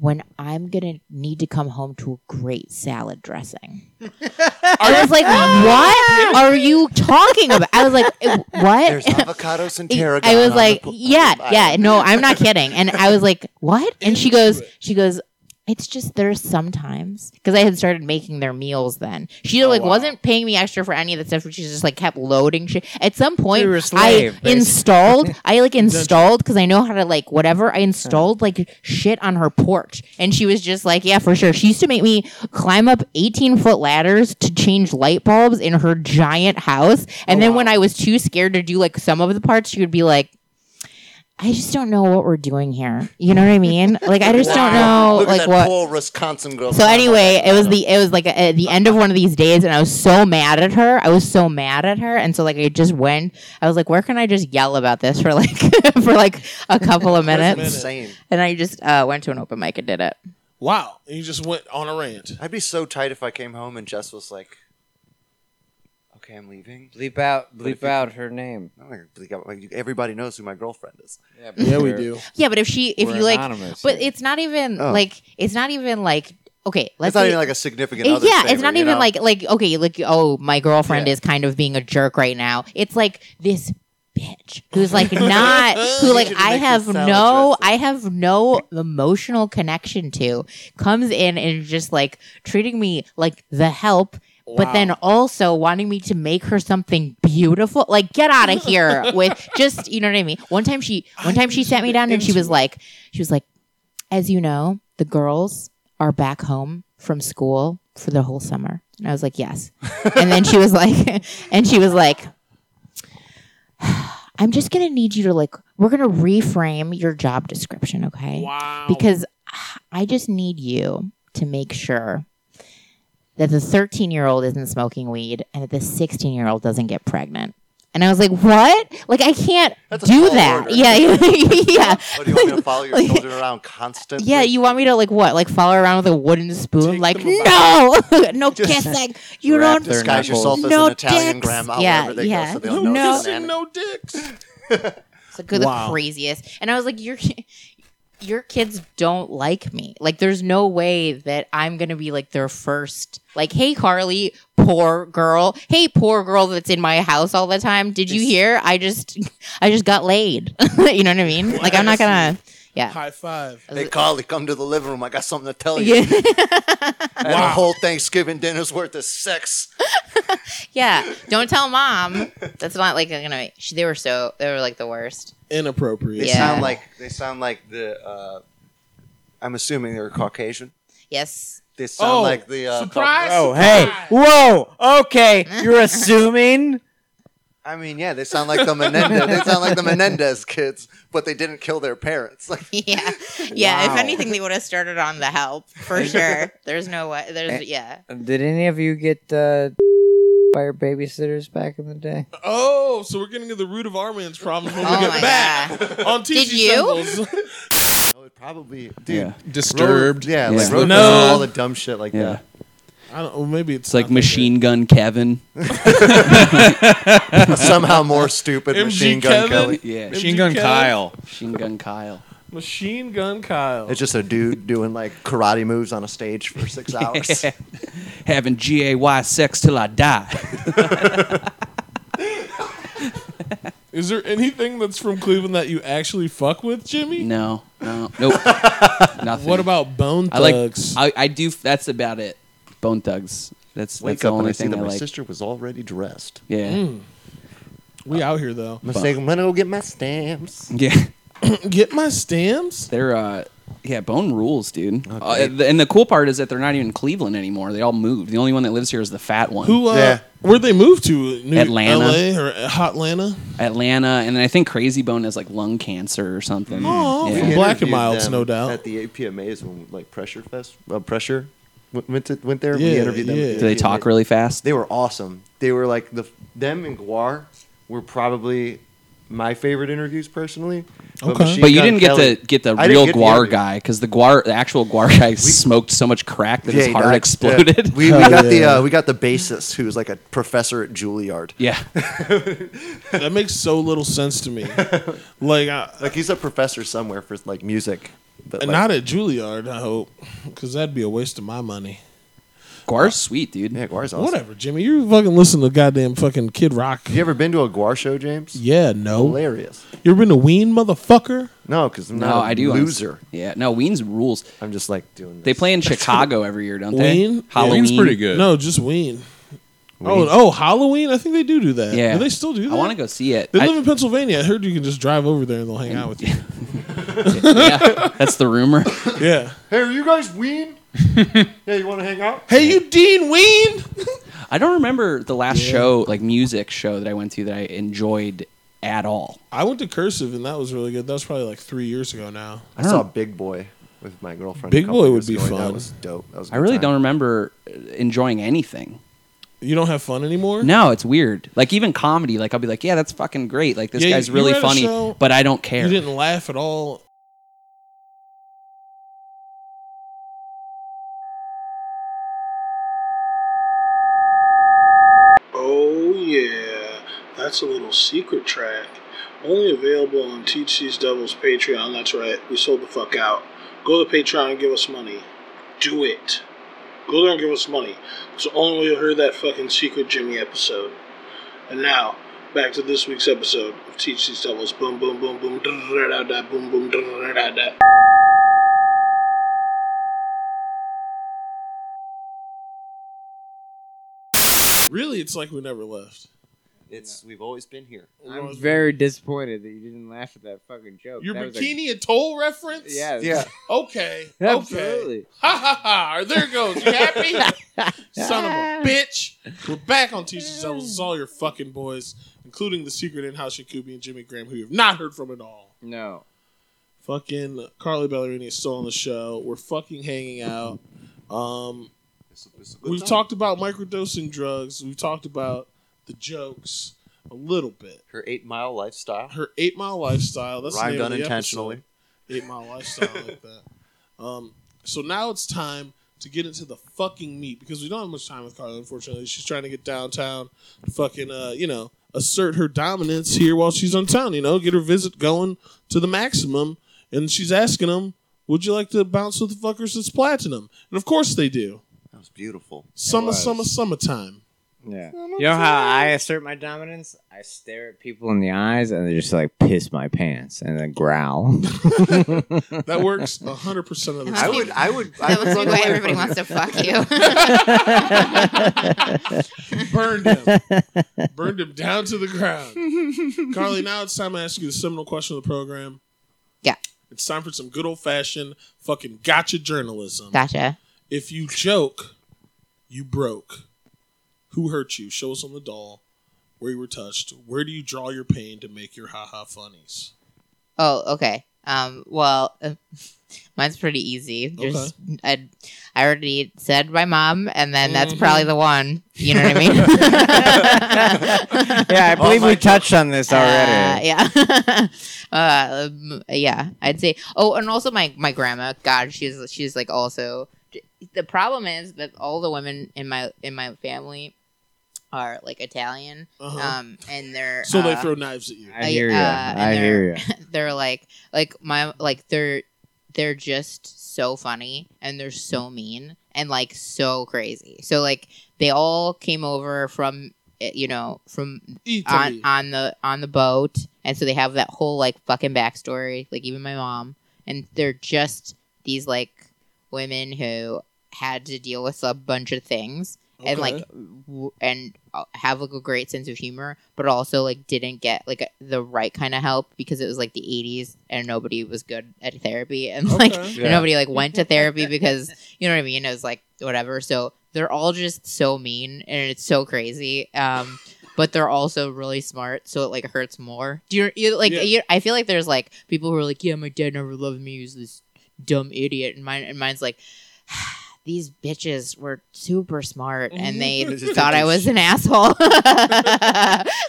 When I'm gonna need to come home to a great salad dressing, I was like, "What are you talking about?" I was like, "Eh, "What?"
there's avocados and tarragon.
I was
on
like,
the-
yeah,
I-
yeah, no, I'm not kidding. And I was like, what? And she goes, she goes, it's just there's sometimes because I had started making their meals then.
Oh,
She like wasn't paying me extra for any of the stuff. But she just like kept loading shit. At some point,
You were a
I
slave, basically.
installed. I like installed because I know how to like whatever. I
Uh-huh.
installed like shit on her porch, and she was just like, yeah, for sure. She used to make me climb up 18 foot ladders to change light bulbs in her giant house. And
Oh,
then when I was too scared to do like some of the parts, she would be like. I just don't know what we're doing here. You know what I mean? Like I just don't know
Look
like
at that
what.
poor Wisconsin girl.
So anyway, it was the it was like at the end of one of these days, and I was so mad at her. I was so mad at her, and so like I just went. I was like, where can I just yell about this for like for like a couple of minutes?
insane.
And I just uh, went to an open mic and did it.
Wow, and you just went on a rant.
I'd be so tight if I came home and Jess was like, "Okay, I'm leaving."
bleep out
But if
bleep
you-
out her name.
I'm like, "Bleak out," like, Everybody knows who my girlfriend is.
Yeah,
Yeah, we
we're-
do.
Yeah, but if she if
we're
you like,
anonymous
but
here.
it's not even
Oh.
like it's not even like okay, let's
it's not
say-
even like a significant
It-
other.
yeah,
favor,
it's not
you
even
know?
like like okay, like oh, my girlfriend
Yeah.
is kind of being a jerk right now. It's like this bitch who's like not who
You
like
should
I
make this
have
sound
no
interesting.
I have no emotional connection to comes in and is just like treating me like the help. But then also wanting me to make her something beautiful, like get out of here with just you know what I mean. One time she, one time she sat me down and she was like, she was like, as you know, the girls are back home from school for the whole summer. And I was like, yes. and then she was like, and she was like, I'm just going to need you to like, we're going to reframe your job description, okay?
Wow.
Because I just need you to make sure that the 13 year old isn't smoking weed and that the 16 year old doesn't get pregnant. And I was like, what? Like, I can't
That's a
do
tall
that.
order.
Yeah. yeah.
Oh, do you want me to follow your children around constantly?
Yeah, you want me to like what? Like follow around with a wooden spoon?
Take
like
them
no, no
Just
kissing. You
wrap
don't.
their knuckles.
disguise yourself as
No
an Italian
dicks.
grandma
Yeah,
wherever they
yeah.
go, so they
no,
don't know it's
kissing,
an anime.
no dicks.
It's like the
Wow.
craziest. And I was like, your your kids don't like me. Like, there's no way that I'm gonna be like their first. Like, hey, Carly, poor girl. Hey, poor girl that's in my house all the time. Did you hear? I just, I just got laid. you know what I mean? Like, I'm not gonna. Yeah.
High five.
Hey, Carly, come to the living room. I got something to tell you.
Yeah.
And the whole Thanksgiving dinner's worth of sex.
yeah. Don't tell mom. That's not like gonna. She, they were so. They were like the worst.
Inappropriate.
They
Yeah.
sound like they sound like the. Uh, I'm assuming they're Caucasian.
Yes.
They sound
Oh,
like the. Uh,
surprise!
Oh, hey. Whoa. Okay. You're assuming?
Cau- I mean, yeah, they sound like the Menendez. they sound like the Menendez kids, but they didn't kill their parents. Like
yeah yeah
Wow.
if anything they would have started on the help for sure there's no way there's yeah
Did any of you get uh, by your babysitters back in the day?
Oh, so we're getting to the root of our man's problems when we
Oh my
get back on TG
Did you?
Symbols.
I would probably,
Yeah.
Disturbed.
Yeah,
Yeah.
like road
No.
no. all the dumb shit like
Yeah.
that.
I don't. Well, maybe it's
It's like
not that
Machine Gun Kevin.
somehow more stupid
MG
machine gun
Kevin?
Kelly.
Yeah.
Machine
MGK?
Gun Kyle.
Machine Gun Kyle.
good. Machine Gun Kyle.
It's just a dude doing like karate moves on a stage for six hours.
Having GAY sex till I die.
Is there anything that's from Cleveland that you actually fuck with, Jimmy?
No. No. Nope. Nothing.
What about Bone
I like.
Thugs?
I, I do. That's about it. Bone Thugs. That's
Wake
that's the
up and
only
I see
thing
that
I
my
like.
sister Hmm. was already dressed.
Yeah.
we out here though.
I'm saying, I'm gonna go get my stamps.
Yeah.
Get my stamps.
They're uh yeah, Bone rules, dude. Uh, th- and the cool part is that they're not even in Cleveland anymore. They all moved. The only one that lives here is the fat one.
Who? Uh,
Yeah.
Where'd they move to? New
Atlanta.
LA or uh, Hotlanta?
Atlanta, and then I think Crazy Bone has like lung cancer or something.
Oh,
Yeah.
From
We
Black and
interviewed
Milds,
them
no doubt.
At the APMAs when like Pressure Fest, uh, Pressure w- went to, went there. we
Yeah,
interviewed them. at
yeah.
the
Do they
APMAs.
talk really fast?
They were awesome. They were like the them and Guar were probably my favorite interviews personally.
Okay.
Machine
but you
Gun
didn't get
Kelly-
to get the
I didn't
real
get the
Guar
interview.
guy because the Guar, the actual Guar guy, smoked so much crack that his
he
heart
died.
exploded.
Yeah. We, we
Oh,
got the
yeah.
uh, we got the bassist who's like a professor at Juilliard.
yeah,
that makes so little sense to me. like, I,
Like he's a professor somewhere for like music. But
and
like,
not at Juilliard, I hope, because that'd be a waste of my money.
Guar's sweet, dude.
yeah, Guar's awesome.
Whatever, Jimmy. You fucking listen to goddamn fucking Kid Rock.
You ever been to a Guar show, James?
Yeah, no.
Hilarious.
You ever been to Ween, motherfucker?
No, because I'm not
No,
a
I do.
loser.
Yeah, no, Ween's rules.
I'm just like doing. This.
They play in Chicago every year, don't they?
Ween? Yeah.
Halloween.
Ween's pretty good.
No, just Ween. Oh, oh, Halloween. I think they do do that.
Yeah,
do they still do that?
I want to go see it.
They
I-
live in Pennsylvania. I heard you can just drive over there and they'll hang out with you.
yeah, that's the rumor.
Yeah.
Hey, are you guys Ween? yeah, you want to hang out?
Hey, you Dean Ween.
I don't remember the last show, like music show that I went to that I enjoyed at all.
I went to Cursive and that was really good. That was probably like three years ago now.
I saw Big Boy with my girlfriend. a
Big
couple
Boy
years
would be
ago, and
fun.
That was dope. That was a
I
good
really
time.
don't remember uh, enjoying anything.
You don't have fun anymore?
No, it's weird. Like even comedy, like I'll be like, yeah, that's fucking great. Like this
Yeah,
guy's
you- you
really
were at a
funny,
show-
but I don't care.
You didn't laugh at all.
Oh, yeah. That's a little secret track. Only available on Teach These Devils Patreon. That's right. We sold the fuck out. Go to Patreon and give us money. Do it. Go there and give us money. It's the only way you'll hear that fucking Secret Jimmy episode. And now, back to this week's episode of Teach These Devils. Boom, boom, boom, boom, da da da da, boom, boom, da da da da.
Really, it's like we never left.
It's we've always been here.
I'm very disappointed that you didn't laugh at that fucking joke.
Your
That was a-
bikini atoll reference?
yeah.
Yeah.
Okay. Okay.
Absolutely.
Ha ha ha! There it goes. You happy? Son of a bitch. We're back on Teaching Devils. It's all your fucking boys, including the secret in-house Jacoby and Jimmy Graham, who you've not heard from at all.
No.
Fucking Carly Ballerini is still on the show. We're fucking hanging out. Um,
It's a- it's a good
we've
time.
talked about microdosing drugs. We've talked about the jokes a little bit.
her eight mile lifestyle.
Her eight mile lifestyle. That's the
Rhymed
name of the
unintentionally.
episode. Eight mile lifestyle like that. Um, so now it's time to get into the fucking meat because we don't have much time with Carla. Unfortunately, she's trying to get downtown. to Fucking, uh, you know, assert her dominance here while she's on town. You know, get her visit going to the maximum. And she's asking them, "Would you like to bounce with the fuckers that's platinum?" And of course they do.
That was beautiful.
Summer,
was.
summer, summertime.
Yeah. You know how I assert my dominance? I stare at people in the eyes and they just like piss my pants and then growl.
That works 100% of the
I
time.
would. I would. I
That
would
must be
run
why
away
everybody
from
wants to fuck you.
burned him. burned him down to the ground. Carly, now it's time I ask you the seminal question of the program.
Yeah.
It's time for some good old fashioned fucking gotcha journalism.
Gotcha.
If you joke, you broke. Who hurt you? Show us on the doll where you were touched. Where do you draw your pain to make your haha funnies?
Oh, okay. Um, well, uh, mine's pretty easy. Just I, I already said my mom, and then that's
Mhm.
probably the one. You know what I mean?
yeah, I believe we touched on this already.
Uh, yeah. uh, um, yeah, I'd say. Oh, and also my my grandma. God, she's she's like also. The problem is that all the women in my in my family are like Italian,
Uh-huh.
um, and they're
so they
uh,
throw knives at you.
I hear you.
uh, and
I
they're-
hear you.
they're like like my like they're they're just so funny and they're so mean and like so crazy so like they all came over from eh, you know from on
Italy.
on the on the boat and so they have that whole like fucking backstory like even my mom and they're just these like women who had to deal with a bunch of things and
Okay.
like w- and uh, have like a great sense of humor but also like didn't get like a- the right kind of help because it was like the 80s and nobody was good at therapy and like
Okay.
and nobody like went to therapy because you know what i mean it was like whatever so they're all just so mean and it's so crazy um but they're also really smart so it like hurts more do you, you like
Yeah.
you, i feel like there's like people who are like yeah my dad never loved me he was this dumb idiot and mine and mine's like these bitches were super smart and they
Mhm.
thought I was an asshole.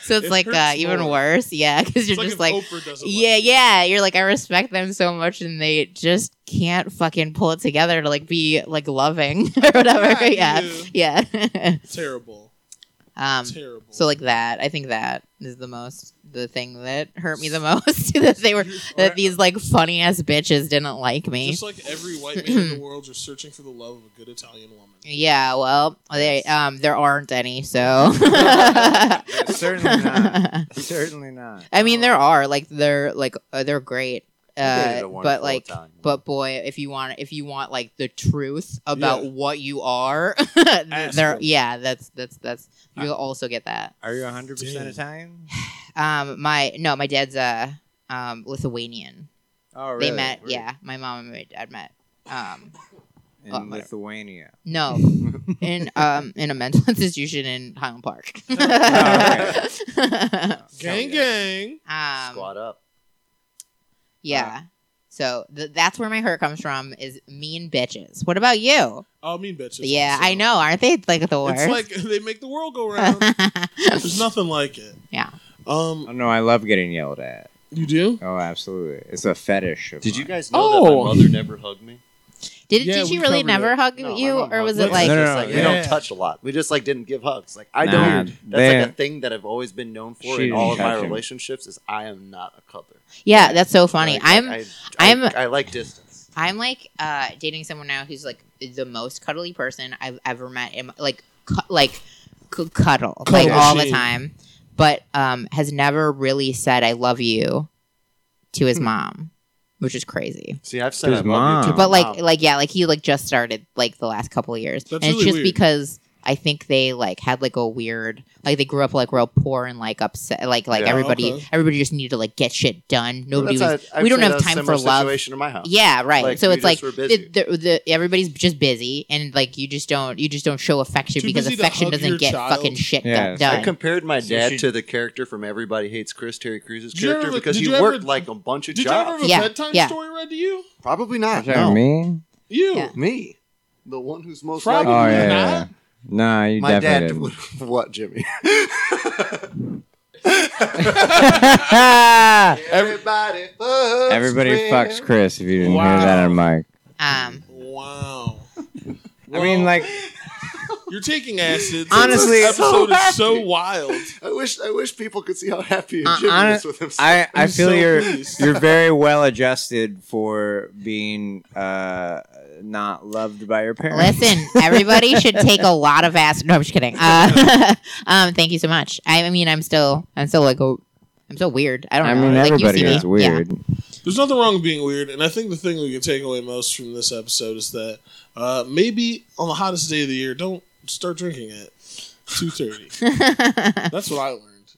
so it's
It
like uh,
hurts
even
more.
worse. Yeah, because you're
It's
just
if
like,
Oprah doesn't like
yeah, yeah. You're like, I respect them so much and they just can't fucking pull it together to like be like loving or whatever.
you.
yeah. Yeah.
you. Terrible.
um,
Terrible.
so like that, I think that is the most the thing that hurt me the most that they were that these like funny ass bitches didn't like me.
Just like every white man in the world, you're searching for the love of a good Italian woman.
Yeah, well, they um there aren't any, so
Certainly not. Certainly not.
I mean, there are like they're like uh, they're great,
dated
uh,
a
but
wonderful
like
Italian.
but boy, if you want if you want like the truth about
Yeah.
what you are,
Ask
there
them.
yeah, that's that's that's you'll also get that.
Are you 100%
Damn.
Italian?
Um, my no, my dad's uh um Lithuanian.
Oh, really?
They met,
Really?
yeah. My mom and my dad met. Um,
In
Uh, whatever.
Lithuania.
no, in um in a mental institution in Highland Park.
Oh,
Gang, gang.
um,
Squat up.
Yeah. so th- that's where my hurt comes from is mean bitches. What about you?
Oh, mean bitches.
yeah,
also.
I know. Aren't they like the worst?
It's like they make the world go round. There's nothing like it.
Yeah.
Oh,
Um,
no, I love getting yelled at.
you do?
Oh, absolutely. It's a fetish. Of
Did you
mine.
guys know
Oh.
that my mother never hugged me?
did,
Yeah,
did she
we
really
covered
never
it.
hug
No, my
you,
mom
or
hugged
was
me.
it like
No, no,
It's like, We
Yeah.
don't touch a lot. We just like didn't give hugs. Like I
Nah,
don't. That's
they-
like a thing that I've always been known for
She
in all of
didn't
my
touch him.
relationships. Is I am not a cuddler.
yeah? That's so funny.
Like,
I'm
I, I,
I'm-
I, like distance.
I'm like uh, dating someone now who's like the most cuddly person I've ever met. In, my- like, cu- like c- cuddle, like
Cuddle
all the
machine.
time, but um, has never really said "I love you" to
Hmm.
his mom, which is crazy.
See, I've said
His
I love you
mom.
too.
But like,
Oh, Wow.
like yeah, like he like just started like the last couple of years,
That's
and it's
really
just
weird.
because I think they like had like a weird like they grew up like real poor and like upset, like like
Yeah,
everybody
okay.
everybody just needed to like get shit done. Nobody
That's
was
a- I'd
we don't
say
have
that's a
time
similar
for love.
Situation in my house.
Yeah, right.
Like,
so
we
it's like
just were busy.
the- the- the- everybody's just busy, and like you just don't you just don't show affection
Too
because
busy to
affection
hug
doesn't
your
get
child.
fucking shit
Yeah, it's
done.
I compared my
So
dad
she-
to the character from Everybody Hates Chris, Terry Crews'
Did you
character,
ever-
because
did
he
you ever-
worked like a bunch of
Did you ever
jobs.
have a
Yeah,
bedtime
yeah.
story read to you?
Probably not.
Sorry,
no.
me?
You.
Yeah.
Me. The one who's most
Probably
likely-
Oh yeah.
not.
Nah, you
My
definitely
dad
didn't.
would have what, Jimmy? Everybody fucks.
Everybody
Chris.
fucks Chris if you didn't
Wow.
hear that on mic.
um,
Wow.
I mean, like,
You're taking acid.
Honestly,
this episode
so
is so
happy.
wild.
I wish I wish people could see how happy
Uh,
Jimmy
hon-
is with himself.
I, I
I'm
feel
so
you're
pleased.
you're very well adjusted for being uh, not loved by your parents.
listen, everybody should take a lot of acid. No, I'm just kidding. Uh, um, thank you so much. I, I mean, I'm still I'm still like a, I'm so weird. I don't.
I
know.
mean,
like, you
everybody
see me.
is weird.
There's nothing wrong with being weird, and I think the thing we can take away most from this episode is that uh, maybe on the hottest day of the year, don't start drinking at 2:30.
Yeah.
That's what I learned.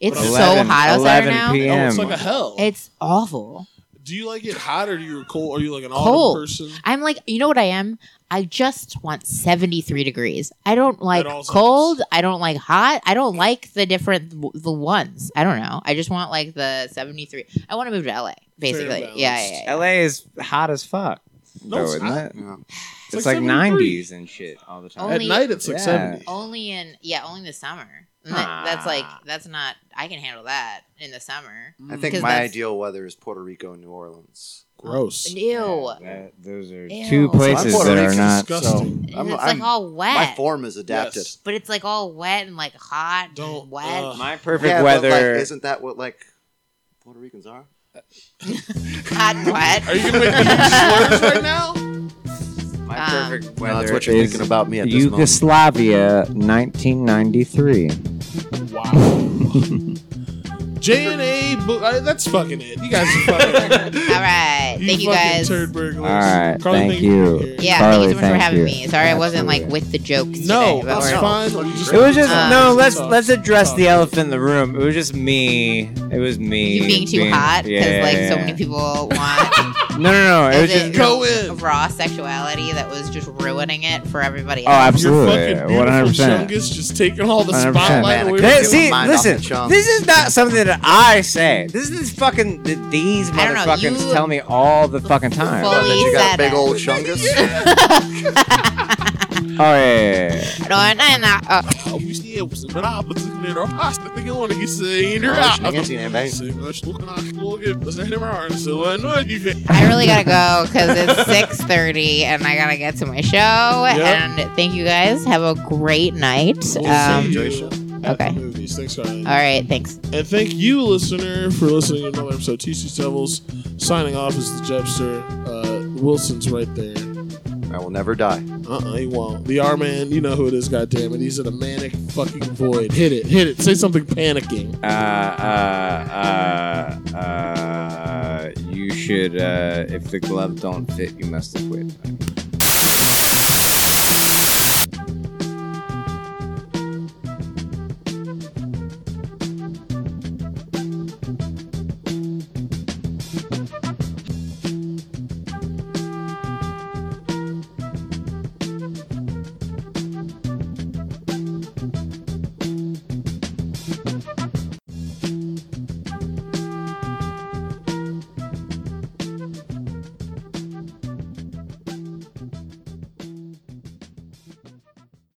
it's so
11
hot outside
11
now.
p.m.
Oh, it's like a hell.
It's awful.
do you like it hot or do you cold? Are you like an
Cold.
autumn person?
I'm like, you know what I am? I just want 73 degrees. I don't like
all times.
cold. I don't like hot. I don't like the different the ones. I don't know. I just want like the 73. I want to move to LA, basically. Yeah,
balanced.
yeah, yeah, yeah.
LA is hot as fuck.
No,
though,
it's
isn't
not.
it?
Yeah.
It's, like
73.
90s and shit all the
Only-
time.
At night, it's like
Yeah.
70.
Only in yeah, only in the summer. And that- that's like
Ah.
that's not. I can handle that in the summer.
I think
'Cause
my
that's-
ideal weather is Puerto Rico and New Orleans.
Gross.
Oh, Ew,
That- those are
Ew.
two
So I'm
places
Puerto
that are
Rican,
not.
disgusting.
it's
I'm-
like
I'm-
all
My
wet,
form is adapted.
Yes.
but it's like all wet and like hot.
Don't,
and wet.
uh,
My perfect
Yeah, but,
weather.
like, isn't that what like Puerto Ricans are?
hot and wet.
Are you gonna make me do slurs right now?
my
um,
perfect
No,
weather.
that's what you're
is
thinking about me at this moment.
Yugoslavia, 1993.
Wow. J and A, bo- I- that's fucking it. You guys are fucking.
all right, thank you
fucking
guys.
Turd burglars.
All right,
Carly,
thank
for
you.
being here.
Yeah,
Carly,
thank you so much for
thank
having
you.
me. Sorry, I wasn't like
Absolutely.
with the jokes.
No,
today, but
that's
we're-
fine. We just-
It was just
Uh,
no. Let's
Talk.
let's address the
Talk.
elephant in the room. It was just me. It was me.
You being too hot because
yeah,
like so
yeah.
many people want
No, no, no. It was
is it
just.
Go in.
raw sexuality that was just ruining it for everybody.
Oh,
else.
Your
absolutely.
fucking
One
beautiful
hundred percent.
Shungus just taking all the
100%.
spotlight. away
Hey,
from
Give
See,
my mind off
listen.
the chunk.
This is not something that I say. This is fucking th- these
I don't know,
motherfuckers
you-
tell me all the fucking time.
Well,
Oh
That you
said
got big
it.
old chungus.
Oh, yeah. yeah, yeah.
No, and I'm not- oh.
Oh, you see, it was a drop, but it's a little hot. I think I wanna get seen here.
Oh, she can't see that, babe.
So much look like a little bit, but it's in her arms, so I know you can-
I really gotta go because it's six thirty, and I gotta get to my show. And thank you guys. Have a great night.
We'll
Um,
see
Joyce.
you at
okay.
the movies. Thanks, Carly.
all right, thanks.
And thank you, listener, for listening to another episode of TC Devils. Signing off is the Jebster. Uh, Wilson's right there.
I will never die.
Uh-uh, he won't. The R Man, you know who it is, goddamn it. He's in a manic fucking void. Hit it, hit it. Say something panicking.
uh, uh, uh, uh, you should. Uh, if the glove don't fit, you must have quit.